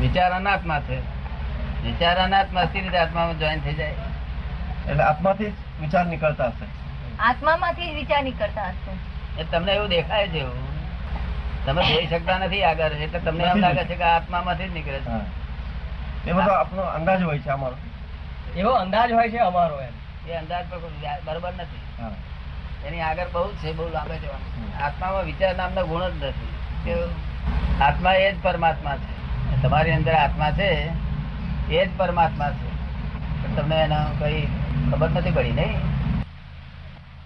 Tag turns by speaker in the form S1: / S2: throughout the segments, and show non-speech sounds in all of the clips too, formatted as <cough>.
S1: વિચાર અનાત્મા છે વિચાર અનાત્મા સી રીતે આત્મામાં જોઈન થઈ જાય
S2: એટલે આત્માથી જ વિચાર નીકળતા હશે
S3: આત્મામાંથી જ વિચાર નીકળતા હશે
S1: એ તમને એવું દેખાય છે એવું.
S2: <coughs>
S1: તમે જોઈ શકતા નથી આગળ એટલે તમને એમ
S2: નથી
S1: લાગે છે કે આત્મામાંથી જ નીકળે છે
S2: હા. એ બધો આપણો અંદાજ હોય છે અમારો
S4: એવો અંદાજ હોય છે અમારો એમ
S1: એ અંદાજ પર કોઈ વ્યા- બરોબર નથી
S2: હા.
S1: એની આગળ બહુ જ છે બહુ લાંબે જવાનું
S2: હમ.
S1: આત્મામાં વિચાર નામનો ગુણ જ નથી કેવું? આત્મા એ જ પરમાત્મા છે તમારી અંદર આત્મા છે એ જ પરમાત્મા છે પણ તમને એનો કઈ ખબર નથી પડી નહીં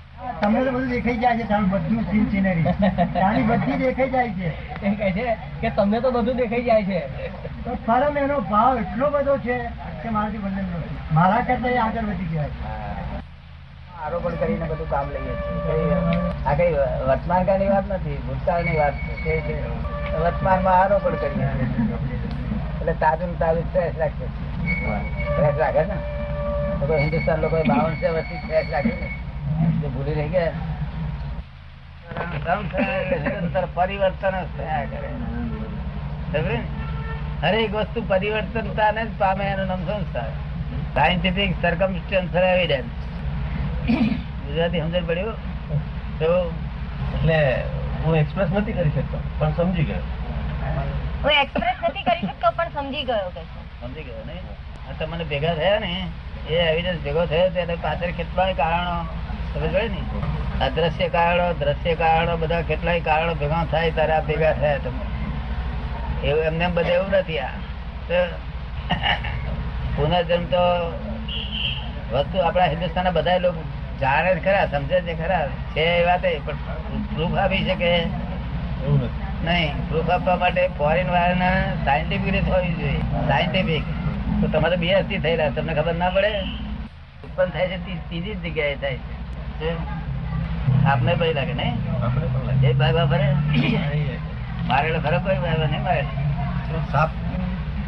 S5: તમને તો બધું દેખાઈ જાય છે તમે બધું scene scenery. ત્યાંની બધી દેખાઈ જાય છે
S4: એ કહે છે કે તમને તો બધું દેખાઈ જાય છે
S5: તો પરમ એનો ભાવ એટલો બધો છે કે મારાથી વર્ણન નથી. મારા કરતા એ આગળ વધી ગયા છે
S1: આરોપણ કરીને બધું કામ લઈએ છીએ આ કઈ વર્તમાનકાળની વાત નથી ભૂતકાળની વાત છે કે જે વર્તમાનમાં આરોપણ કરીએ છીએ. એટલે તાજું ને તાજું ફ્રેશ રાખીએ છીએ ફ્રેશ રાખે ને તો કોઈ હિન્દુસ્તાન લોકો બાવન સે વર્ષથી ફ્રેશ રાખે ને જે ભૂલી રહી ગયા પરિવર્તન જ થયા કરે સમજ્યું ને? હરેક વસ્તુ પરિવર્તનતાને જ પામે એનું નામ સંસ્કાર સાયન્ટિફિક સર્કમસ્ટન્સર એવિડન્સ ગુજરાતી સમજણ પડ્યું તો
S2: એટલે હું એક્સપ્રેસ નથી કરી શકતો પણ સમજી ગયો
S3: હું એક્સપ્રેસ નથી કરી શકતો પણ સમજી ગયો કે છે.
S1: સમજી ગયો ને આ તમને ભેગા થયા ને એ એવિડન્સ ભેગો થયો તો એને પાછળ કેટલાય કારણો સમજ પડી ને અદ્રશ્ય કારણો દ્રશ્ય કારણો બધા કેટલાય કારણો ભેગા થાય ત્યારે આ ભેગા થયા તમે એવું એમને એમ બધે એવું નથી આ તો પુનર્જન્મ તો વસ્તુ આપણા હિન્દુસ્તાનના બધા લોકો જાણે જ ખરા સમજે છે ખરા છે એ વાતે પણ પ્રૂફ આપી શકે
S2: એવું નથી
S1: નહીં પ્રૂફ આપવા માટે ફોરેન વાળાને સાયન્ટિફિક રીતે હોવી જોઈએ સાયન્ટિફિક તો તમારે બે હસ્તી થયેલા છે, તમને ખબર ના પડે ઉત્પન્ન થાય છે તી- ત્રીજી જ જગ્યાએ થાય છે શું? આપને ભય લાગે નહીં
S2: આપણે પણ લાગે.
S1: એ ભાઈ બા ફરે
S2: એ
S1: મારેલો ખરો કોઈ ભાઈ બા નહીં મારેલો
S2: શું સાપ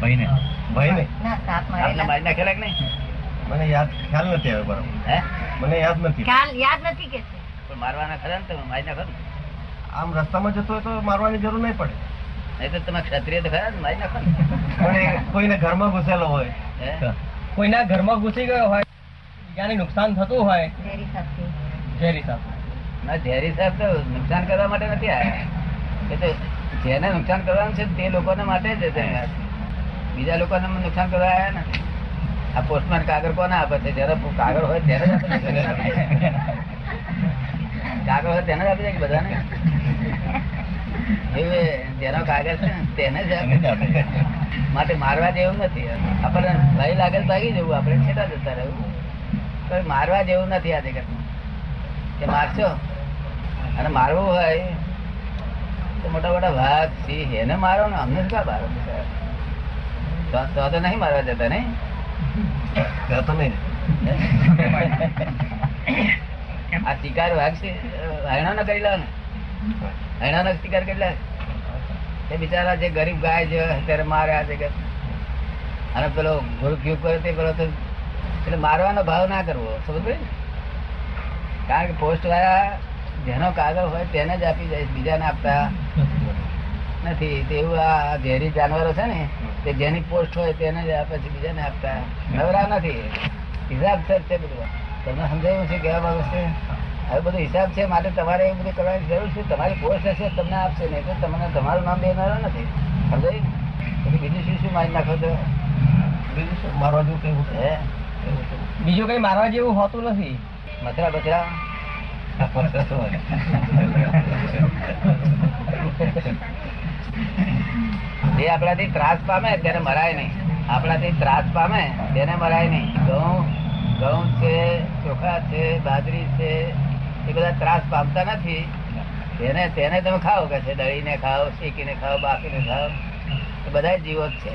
S2: ભયને ભયને
S3: ના સાપ
S1: આપને
S3: મારેલા.
S1: મારી નાખેલા કે નહીં
S2: મને યાદ ખ્યાલ નથી આવ્યો બરાબર
S1: હે
S2: મને યાદ નથી
S3: ખ્યાલ યાદ નથી કે છે.
S1: પણ મારવાના ખરા ને તમે મારી નાખો ને
S2: આમ રસ્તામાં જતો હોય તો મારવાની જરૂર નહીં પડે
S1: નહીં તો તમે ક્ષત્રિય તો ખરા ને મારી નાખો ને
S2: પણ એ કોઈને ઘરમાં ઘુસેલો હોય
S1: હે?
S4: કોઈના ઘરમાં ઘૂસી ગયો હોય બીજાને નુકસાન થતું હોય
S3: ઝેરી સાપથી.
S4: ઝેરી સાપ
S1: ના ઝેરી સાહેબ તો નુકસાન કરવા માટે નથી આવ્યા એ તો જેને નુકસાન કરવાનું છે તે લોકોને માટે જ જતા રહ્યા છે બીજા લોકોને નુકસાન કરવા આવ્યા ને આ પોસ્ટમેન કાગળ કોને આપે છે જ્યારે કાગળ હોય ત્યારે જ આપે છે. કાગળ હોય તેને જ આપી દે કે બધાને એવું એ જેનો કાગળ છે ને તેને જ આપે છે. માટે મારવા જેવું નથી આપણને ભય લાગે તો ભાગી જવું આપણે છેટા જતા રહેવું પણ મારવા જેવું નથી આ જગતમાં કે મારશો અને મારવું હોય તો મોટા મોટા વાઘ સિંહ એને મારો ને અમને જ કા મારો તો તો તો નહીં મારવા જતા નહીં
S2: ત્યાં તો નહીં
S1: આ શિકાર વાઘ છે હૈણાનો કરી લો ને હૈણાનો શિકાર કરી લે એ બિચારા જે ગરીબ ગાય છે ત્યારે મારે આ જગત અને પેલો ગુરુ ક્યુ કરે તે પેલો તો એટલે મારવાનો ભાવ ના કરવો સમજ પડી ને? કારણ કે પોસ્ટ વાળા જેનો કાગળ હોય તેને જ આપી જાય છે, બીજાને આપતા નથી તેવું આ ઝેરી જાનવરો છે ને તે જેની પોસ્ટ હોય તેને જ આપે છે બીજાને આપતા નવરા નથી હિસાબસર છે બધું તમને સમજાયું છે કેવા બાબત છે હવે બધું હિસાબ છે માટે તમારે એ બધું કરવાની જરૂર છે તમારી પોસ્ટ હશે તમને આપશે નહીં તો તમને તમારું નામ દેનારો નથી સમજાયું પછી બીજું શું શું મારી નાખો તો
S2: બીજું શું? મારવા જેવું કઈ <laughs> હું
S1: હે
S4: બીજું કઈ મારવા જેવું હોતું નથી
S1: મથરા બથરા જે આપણાથી ત્રાસ પામે તેને મરાય નહીં આપણાથી ત્રાસ પામે તેને મરાય નહીં ઘઉં ઘઉં છે ચોખા છે બાજરી છે એ બધા ત્રાસ પામતા નથી તેને તેને તમે ખાઓ કે છે દળીને ખાઓ શેકીને ખાઓ બાફીને ખાઓ એ બધા જીવો જ છે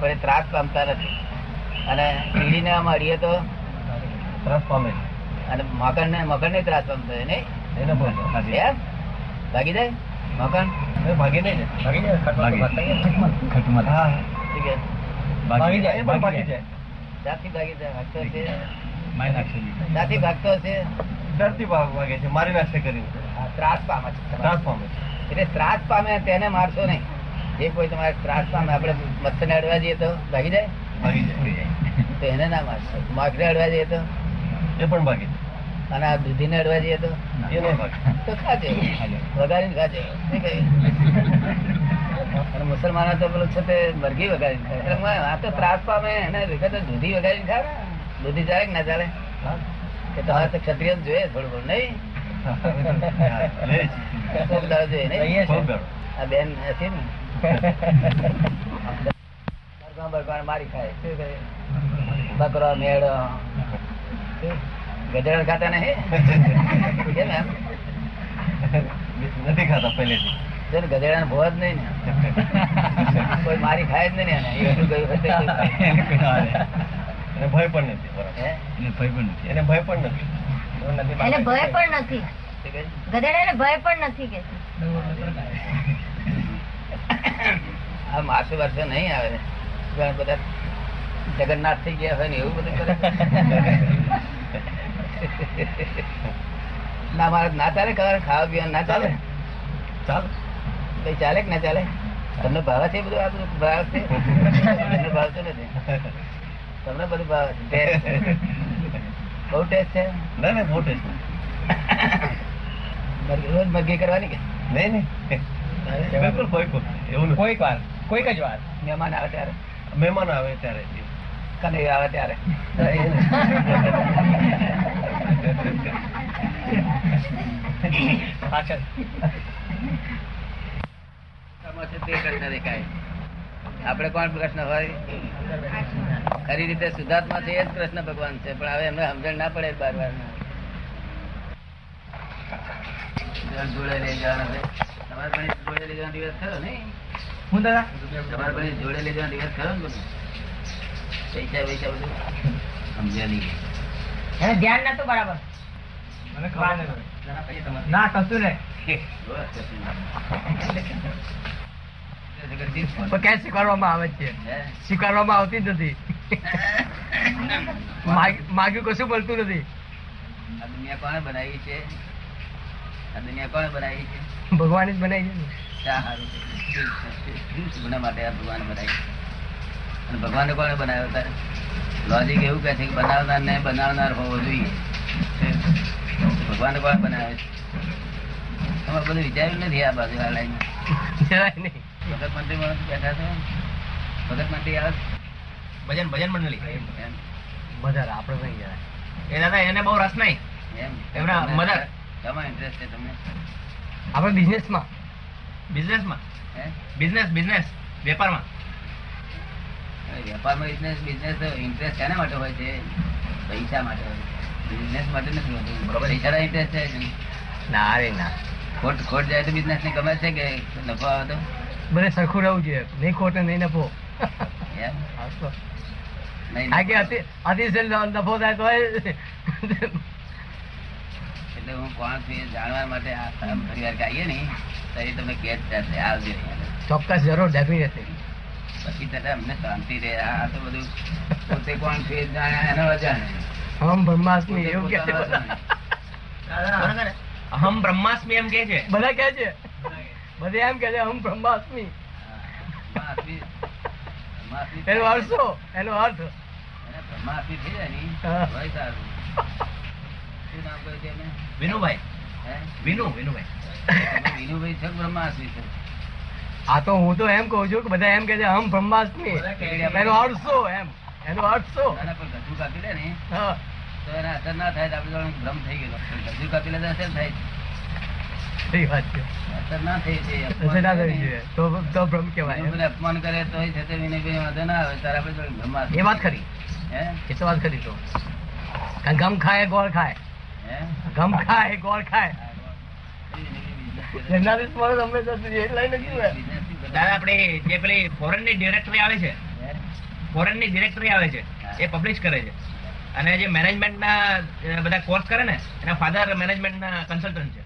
S1: પણ એ ત્રાસ પામતા નથી અને કીડીને આમ અડીએ તો
S2: ત્રાસ પામે
S1: અને મકરને મકરને ત્રાસ પામતો હોય નહીં
S2: એને બોલો
S1: એમ? ભાગી જાય મકર
S2: એ ભાગે નહીં ને ભાગી જાય ખટમાં તો ભાગે. હા
S1: શું કે?
S4: ભાગી જાય,
S2: એ પણ ભાગી
S4: ભાગી
S2: જાય
S1: ત્યાંથી ભાગી જાય ભાગતો છે ત્યાંથી ભાગતો છે
S2: ડરથી ભાગ ભાગે છે મારી નાખશે કરીને
S1: આ ત્રાસ પામે છે
S2: ત્રાસ પામે છે
S1: એટલે ત્રાસ પામે તેને મારશો નહીં જે કોઈ તમારે ત્રાસ પામે આપણે મચ્છરને અડવા જઈએ તો ભાગી જાય
S2: ભાગી જાય, ભાગી જાય.
S1: તો એને ના મારશો માખને અડવા જઈએ તો
S2: એ પણ ભાગી જાય.
S1: અને આ દૂધીને અડવા જઈએ તો
S2: એ ન ભાગે.
S1: તો ખાજે વગાડીને ખાજે શું કહે? અને મુસલમાનો તો પેલું છે તે મરઘી વગાડીને ખાય એટલે મેં આ તો ત્રાસ પામે એને વિગત દૂધી વગાડીને ખાવે દૂધી ચાલે કે ના ચાલે કે તમારે તો ક્ષત્રિય જ જોઈએ થોડું ઘણું નહીં
S2: હા, લે છે.
S1: કોક દાડો જોઈએ નહીં
S4: લઈએ છે.
S2: બહુ ગળો.
S1: આ બેન હતી ને બરગા બરગા મારી ખાય શું કહે? બકરો મેળો ગધેડા ખાતા નહીં કેમ એમ
S2: નથી ખાતા પહેલેથી
S1: ગધેડા ને ભોજ નહીં ને કોઈ મારી ખાય જ નહીં ને એને. એ એટલું કહ્યું હશે કોઈ.
S2: એને કોઈ ના લે. એને ભય પણ નથી બરાબર.
S1: હે?
S2: એને ભય પણ નથી
S3: એને ભય પણ નથી
S1: શું કહે?
S3: ગધેડાને ભય પણ નથી કે છે.
S1: આ માસું વર્ષે નહીં આવે કારણ બધા જગન્નાથ થઈ ગયા હોય ને એવું બધું કરે ના મારે ના ચાલે કારણ ખાવા પીવાનું ના ચાલે
S2: ચાલો
S1: કઈ ચાલે કે ના ચાલે તમને ભાવે છે બધું આ બધું ભાવે છે તમને ભાવતું નથી તમને બધું ભાવે છે ટેસ્ટ છે. બહુ ટેસ્ટ છે
S2: ના ના મોટે છે.
S1: મરઘી- રોજ મરઘી કરવાની કે
S2: નહીં નહીં બિલકુલ કોઈ કોઈ એવું નથી
S4: કોઈક વાર કોઈક જ વાર
S1: મહેમાન આવે ત્યારે
S2: મહેમાન આવે ત્યારે
S1: કને આવે ત્યારે
S2: <laughs>
S4: પાછળ
S1: આમાં છે તે કૃષ્ણ દેખાય આપણે કોણ કૃષ્ણ હોય ખરી રીતે શુદ્ધાત્મા છે એ જ કૃષ્ણ ભગવાન છે પણ હવે એમને સમજણ ના પડે બાર વાર જોડે લઈ જવાના છે તમારે પણ જોડે લઈ જવાનો દિવસ ખરો નહીં
S4: હું દાદા
S1: તમારે પણ જોડે લઈ જવાનો દિવસ ખરો ને બધું પૈસા પૈસા બધું સમજ્યા નહીં
S4: એને ધ્યાન નતું બરાબર મને ખબર ના કશું નહીં
S1: જોવા કૃષ્ણ. જગતજી
S4: પણ ક્યાંય સ્વીકારવામાં આવે જ છે
S1: હે?
S4: સ્વીકારવામાં આવતી જ નથી માગ- માગ્યું કશું બોલતું નથી
S1: આ દુનિયા કોણે બનાવી છે આ દુનિયા કોણે બનાવી છે
S4: ભગવાન જ બનાવી છે ને.
S1: શા હારું છે? શું છે? ગુના માટે આ ભગવાન બનાવી અને ભગવાનને કોણે બનાવ્યો તારે લોજિક એવું કહે છે કે બનાવનાર ને બનાવનાર હોવો જોઈએ છે? ભગવાનને કોણે બનાવે છે તમે બધું વિચાર્યું નથી આ બાજુ આ લાઈન
S4: જરાય નહીં
S1: ભગત મંત્રી માં બેઠા છો ભગત મંત્રી આવે
S4: ભજન ભજન મંડળી
S1: છે? એમ
S4: મધર આપણે નહીં જરાય એ દાદા એને બહુ રસ નહીં
S1: એમ
S4: એમના મદદ.
S1: તમારો ઇન્ટરેસ્ટ છે તમને
S4: આપણે બિઝનેસમાં બિઝનેસમાં
S1: હે
S4: બિઝનેસ બિઝનેસ વેપારમાં
S1: હવે વેપારમાં બિઝનેસ બિઝનેસ ઇન્ટરેસ્ટ શેના માટે હોય છે પૈસા માટે હોય છે બિઝનેસ માટે નથી હોતું બરોબર પૈસાના ઇન્ટરેસ્ટ છે જ નહીં.
S4: ના રે ના
S1: ખોટ ખોટ જાય તો બિઝનેસ ને ગમે છે કે નફો આવે તો
S4: બધે સરખું રહેવું જોઈએ નહીં ખોટ અને નહીં નફો
S1: એમ? નહીં
S4: આ કે અતિ- અતિશય ન- નફો થાય તો એ
S1: એટલે હું કોણ છું એ જાણવા માટે આ આમ ફરી વાર ગાઈએ ને ત્યારે તમને કેદ થશે આવજો અહીંયા.
S4: ચોક્કસ જરૂર ડેફિનેટલી
S1: પછી તને અમને શાંતિ રહે આ તો બધું પોતે કોણ છું એ જાણે એનો અજાણે
S4: હમ બ્રહ્માસ્મી
S1: પોતે
S4: એવું કે
S1: પોતાનો અજાણે.
S4: હમ બ્રહ્માસ્મી એમ કે છે બધા કે છે બધે એમ કે છે હમ બ્રહ્માસ્મી
S1: હા. માફી- માફી-
S4: એનો અર્થ શું એનો અર્થ
S1: એને બ્રહ્માસ્મી થઈ જાય ને,
S4: હા.
S1: હોય સારું. શું નામ કહ્યું છે એમને?
S2: વિનુભાઈ
S1: હે?
S2: વિનુ વિનુભાઈ
S1: તમે વિનુભાઈ છો કે બ્રહ્માસ્મી છો?
S4: આ તો હું તો એમ કહું છું કે બધા એમ કે છે હમ બ્રહ્માસ્મી
S1: બધા કહે છે.
S4: એનો અર્થ શું એમ એનો અર્થ શું
S1: નાના પણ ગધુ કાપી લે ને,
S4: હા.
S1: તો એને અસર ના થાય તો આપણે જાણે ભ્રમ થઈ ગયેલો. પણ ગધુ કાપી લે તો અસર થાય છે.
S4: સહી વાત છે
S1: અસર ના થઈ છે.
S4: રચના
S1: અપમાન
S4: થવી
S1: કરે
S4: જોઈએ તો તો ભ્રમ કહેવાય એમ.
S1: વિનુભાઈને અપમાન કરે તો છતાં વિનુભાઈ વાંધો ના આવે તારા આપણે જાણે બ્રહ્માસ્મી.
S4: એ વાત ખરી
S1: હે?
S4: એ તો વાત ખરી તો કારણ ગમ ખાય ગોળ ખાય
S1: હે?
S4: ગમ ખાય ગોળ ખાય
S1: આ વિનુભાઈ business કરે.
S4: જન્નારી સ્મરણ હંમેશા સુધી એટલે નથી
S1: વિનુભાઈ
S4: હોય.
S1: business શું કરે?
S6: દાદા આપણે જે પેલી ફોરેન ની ડિરેક્ટરી આવે છે
S1: હે?
S6: ફોરેન ની ડિરેક્ટરી આવે છે એ પબ્લિશ કરે છે અને જે મેનેજમેન્ટના બધા કોર્સ કરે ને એના ફાધર મેનેજમેન્ટના કન્સલ્ટન્ટ છે